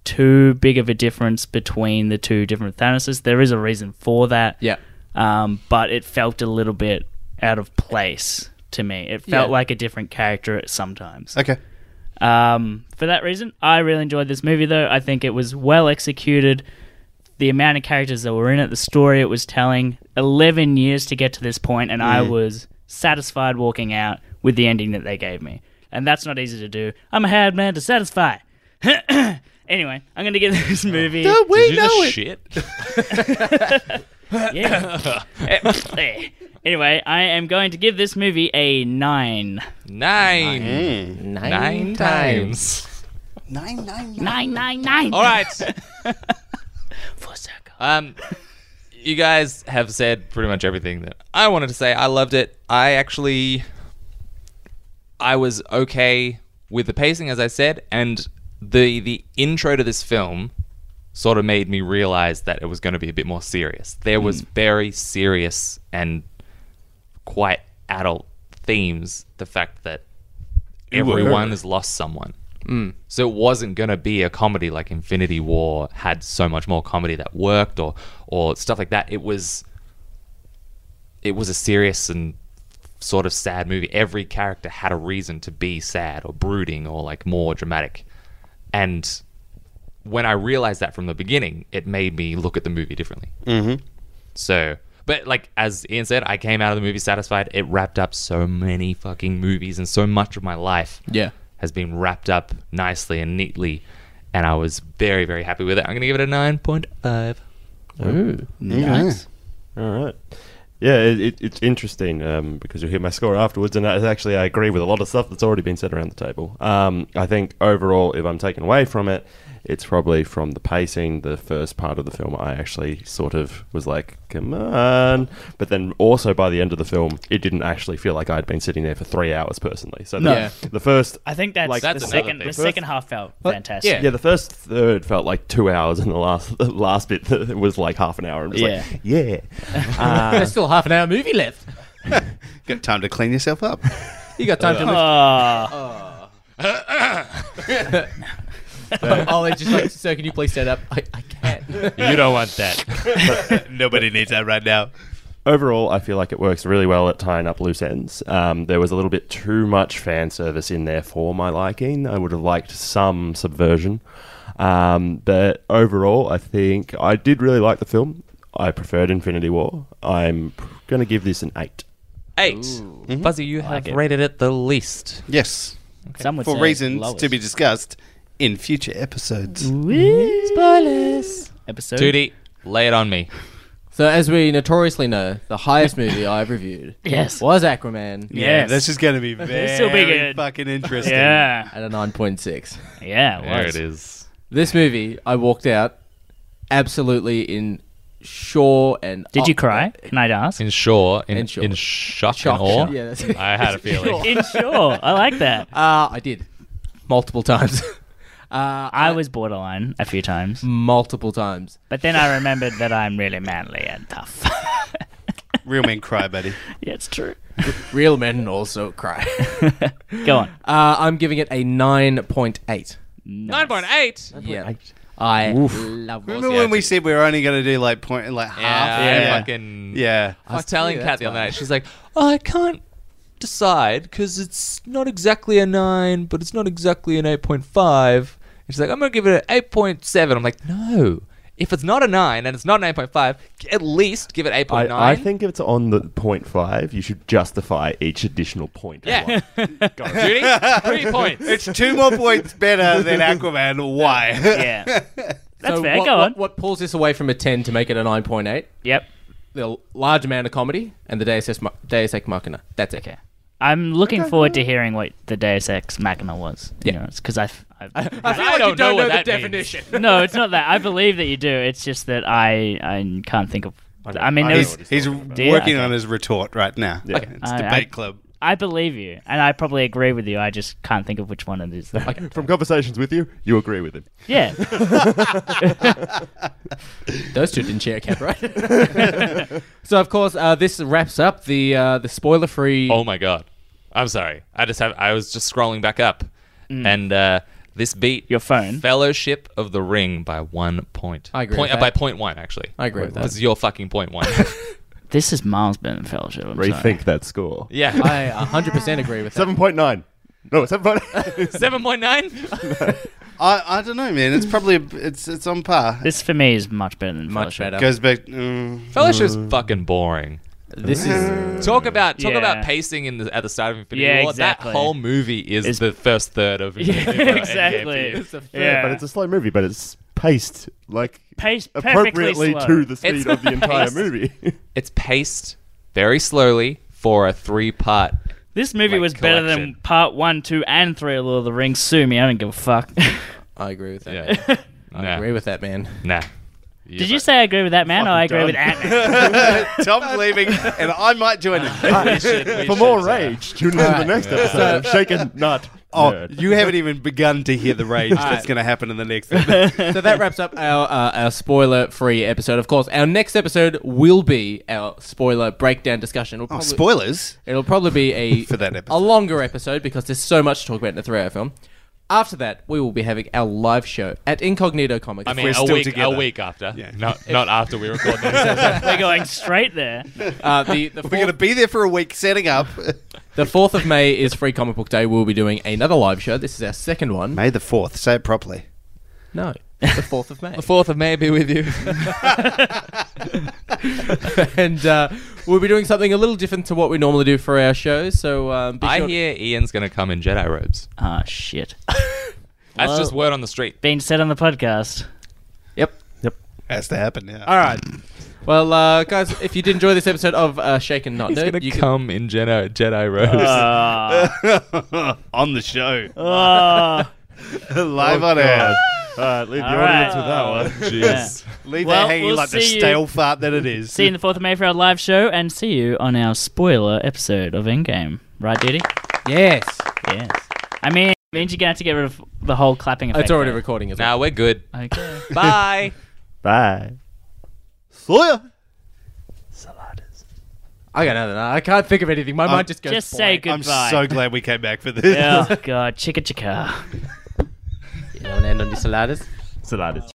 too big of a difference between the two different Thanoses. There is a reason for that.
Yeah.
Um, but it felt a little bit out of place to me. It felt
Yeah.
like a different character sometimes.
Okay.
Um, for that reason, I really enjoyed this movie, though. I think it was well executed. The amount of characters that were in it, the story it was telling, 11 years to get to this point, and I was satisfied walking out with the ending that they gave me. And that's not easy to do. I'm a hard man to satisfy. [COUGHS] anyway, I'm going to give this movie.
Did you just shit? [LAUGHS]
Yeah. Eh, [COUGHS] anyway, I am going to give this movie a 9.
Nine.
Nine,
Nine times.
Nine, nine, nine.
9, 9, 9.
[LAUGHS]
All right.
Full circle.
Um, you guys have said pretty much everything that I wanted to say. I loved it. I actually, I was okay with the pacing, as I said, and the the intro to this film sort of made me realize that it was going to be a bit more serious. There was very serious and quite adult themes. The fact that everyone has lost someone. So it wasn't going to be a comedy like Infinity War had so much more comedy that worked or or stuff like that. It was it was a serious and sort of sad movie. Every character had a reason to be sad or brooding or like more dramatic. And when I realized that from the beginning, it made me look at the movie differently. So, but like as Ian said, I came out of the movie satisfied. It wrapped up so many fucking movies and so much of my life
Yeah.
has been wrapped up nicely and neatly. And I was very, very happy with it. I'm going to give it a 9.5.
Nice.
All right. Yeah, it, it, it's interesting um, because you'll hear my score afterwards, and I, actually I agree with a lot of stuff that's already been said around the table. Um, I think overall, if I'm taken away from it, it's probably from the pacing. The first part of the film, I actually sort of was like, "Come on!" But then also by the end of the film, it didn't actually feel like I'd been sitting there for three hours personally. So the,
No. Yeah.
the first
I think that's
Like,
the
that's another
second.
thing.
The second half felt fantastic.
yeah, the first third felt like two hours, and the last [LAUGHS] the last bit was like half an hour. And it was like, yeah,
There's still half an hour movie left.
Got time to clean yourself up.
You got time to lift.
Oh, [LAUGHS]
Ollie just like, sir, can you please stand up? I, I can't.
You don't want that.
[LAUGHS] Nobody needs that right now.
overall, I feel like it works really well at tying up loose ends. Um, there was a little bit too much fan service in there for my liking. I would have liked some subversion. Um, but overall, I think I did really like the film. I preferred Infinity War. I'm going to give this an 8.
8 Fuzzy, you have rated it the least.
Yes.
some would
For
say
reasons
lowest.
to be discussed in future episodes.
Whee! spoilers. Episode
2D, lay it on me.
[LAUGHS] so, as we notoriously know, the highest movie I've reviewed
Yes.
was Aquaman
Yes.
this is going to be
[LAUGHS] This will be
very
good.
fucking interesting.
Yeah.
at a 9.6.
Yeah. It
There
was.
it is.
This movie, I walked out absolutely in sure and.
Did you cry? Can I ask?
In shore, in,
In
in,
shock.
shock,
Shock,
and awe.
shock, yeah, that's-
I had a feeling.
[LAUGHS] [LAUGHS] In sure. I like that.
Uh, I did. Multiple times. [LAUGHS]
I was borderline a few times,
Multiple times.
but then I remembered that I'm really manly and tough. [LAUGHS]
Real men cry, buddy.
yeah, it's true.
[LAUGHS]
Real men also cry.
Go on.
Uh, I'm giving it a 9.8.
Nine point eight.
Yeah. I
Oof.
[LAUGHS]
love
Remember
Yeah,
when we
it's-
said we were only going to do like point like half?
Yeah,
yeah.
fucking.
Yeah.
I was
Fuck
telling
you,
Kat
that's
the other
why.
night. She's like, oh, I can't decide because it's not exactly a nine, but it's not exactly an eight point five. And she's like, I'm gonna give it an eight point seven. I'm like, no. If it's not a nine and it's not an eight point five, at least give it eight point nine.
I, I think if it's on the point five, you should justify each additional point.
Yeah. [LAUGHS] Judy, three points.
It's two more points better [LAUGHS] than Aquaman. Why? [LAUGHS]
Yeah. That's fair.
what,
Go
what-
on.
what pulls this away from a 10 to make it a 9.8?
Yep.
The large amount of comedy and the Deus Ex, Ma- Deus Ex Machina. That's it.
Okay. I'm looking forward to hearing what the Deus Ex Machina was.
Yeah.
Yeah. Because I, f- I-
feel
I
like
don't
you don't
know
know,
what
the
that means.
definition.
[LAUGHS]
no, it's not that. I believe that you do. It's just that I I can't think of.
don't-
I, mean,
I
there
know
was,
He's,
what he's
he's
talking about.
Yeah,
working
okay.
on his retort right now.
Yeah.
Okay. It's
I-
debate
I-
club.
I believe you, and I probably agree with you. I just can't think of which one it is.
From conversations with you, you agree with him.
Yeah.
Those two didn't share a cab, right?
[LAUGHS]
so, of course, uh, this wraps up the uh, the spoiler free.
Oh my god. I'm sorry. I just have. I was just scrolling back up,
Mm.
and uh, this beat
Your phone.
Fellowship of the Ring by one point.
I agree
Point,
with
uh, by
that.
point one actually.
I agree with that.
This is your fucking point one.
this is Miles Bennett Fellowship. I'm sorry.
Rethink that score.
yeah.
[LAUGHS] I 100% agree with that.
Seven point nine. No, seven point [LAUGHS] eight.
[LAUGHS] Seven point nine.
I, I don't know, man. It's probably it's it's on par.
This for me is much better than
Much
Fellowship.
better.
Goes back. mm.
Fellowship's fucking boring.
This is.
Talk about talk
Mm. Yeah.
about pacing in the, at the start of Infinity
Yeah,
War.
exactly.
That whole movie is
It's-
the first third of Infinity War.
[LAUGHS] Yeah,
Endgame.
exactly.
Yeah, but it's a slow movie, but it's paced like
Paced perfectly
appropriately
slow.
to the speed
[LAUGHS]
It's
of the entire
paced.
movie.
It's paced very slowly for a three part.
[LAUGHS] This movie
Like
was better than
collection.
part one, two, and three of Lord of the Rings. Sue me, I don't give a
[LAUGHS]
fuck.
I agree with that.
Yeah.
I agree
nah.
with that, man. [LAUGHS]
Nah.
[LAUGHS] Did [LAUGHS] you say I agree with that man? or I agree
done.
with Ant.
Tom's leaving, and I might [LAUGHS] join him.
For more rage, tune in to the next episode of Shaken Nut.
Oh,
Nerd.
you haven't even begun to hear the rage that's going to happen in the next. [LAUGHS] episode.
So that wraps up our uh, our spoiler free episode. Of course, our next episode will be our spoiler breakdown discussion. It'll
oh,
probably,
spoilers.
it'll probably be
[LAUGHS]
a
For that
a
episode.
longer episode because there's so much to talk about in a three hour film. After that, we will be having our live show at Incognito Comics.
I mean,
we're
a
still
week, a
together.
week after.
Yeah.
Not, not after we record
[LAUGHS]
[LAUGHS]
this.
We're going straight there.
uh, the the
We're going to
fourth,
be there for a week setting up.
the fourth of May is Free Comic Book Day. We'll be doing another live show. This is our second
[LAUGHS]
one.
May the fourth. Say it properly.
[LAUGHS]
No, the fourth of May.
the 4th of May be with you.
[LAUGHS] and uh, we'll be doing something a little different to what we normally do for our shows. So um, be
I
sure-
hear Ian's going to come in Jedi robes.
Ah, shit.
That's just word on the street.
Being said on the podcast.
Yep.
Has to happen now.
All right. Well, uh, guys, if you did enjoy this episode of uh, Shaken Not
He's
Nerd,
going to
you
come in Jedi, Jedi robes.
Ah.
[LAUGHS]
on the show,
Ah.
[LAUGHS] live on air.
All right, leave the
All right.
audience with that one.
[LAUGHS] Jeez.
Leave
Well,
that hanging
we'll
like the
see you-
stale fart that it is. [LAUGHS]
see you in the 4th of May for our live show, and see you on our spoiler episode of Endgame. Right, Duty?
yes,
Yes. I mean, it means you're going to have to get rid of the whole clapping effect.
it's already
though.
recording as well.
Nah, we're good.
Okay.
Bye.
Bye.
I got nothing. I can't think of anything. My mind just goes.
Just say
blank.
goodbye.
I'm so glad we came back for this. [LAUGHS]
oh, God. Chicka chicka.
You want to end on your saladas?
Saladas.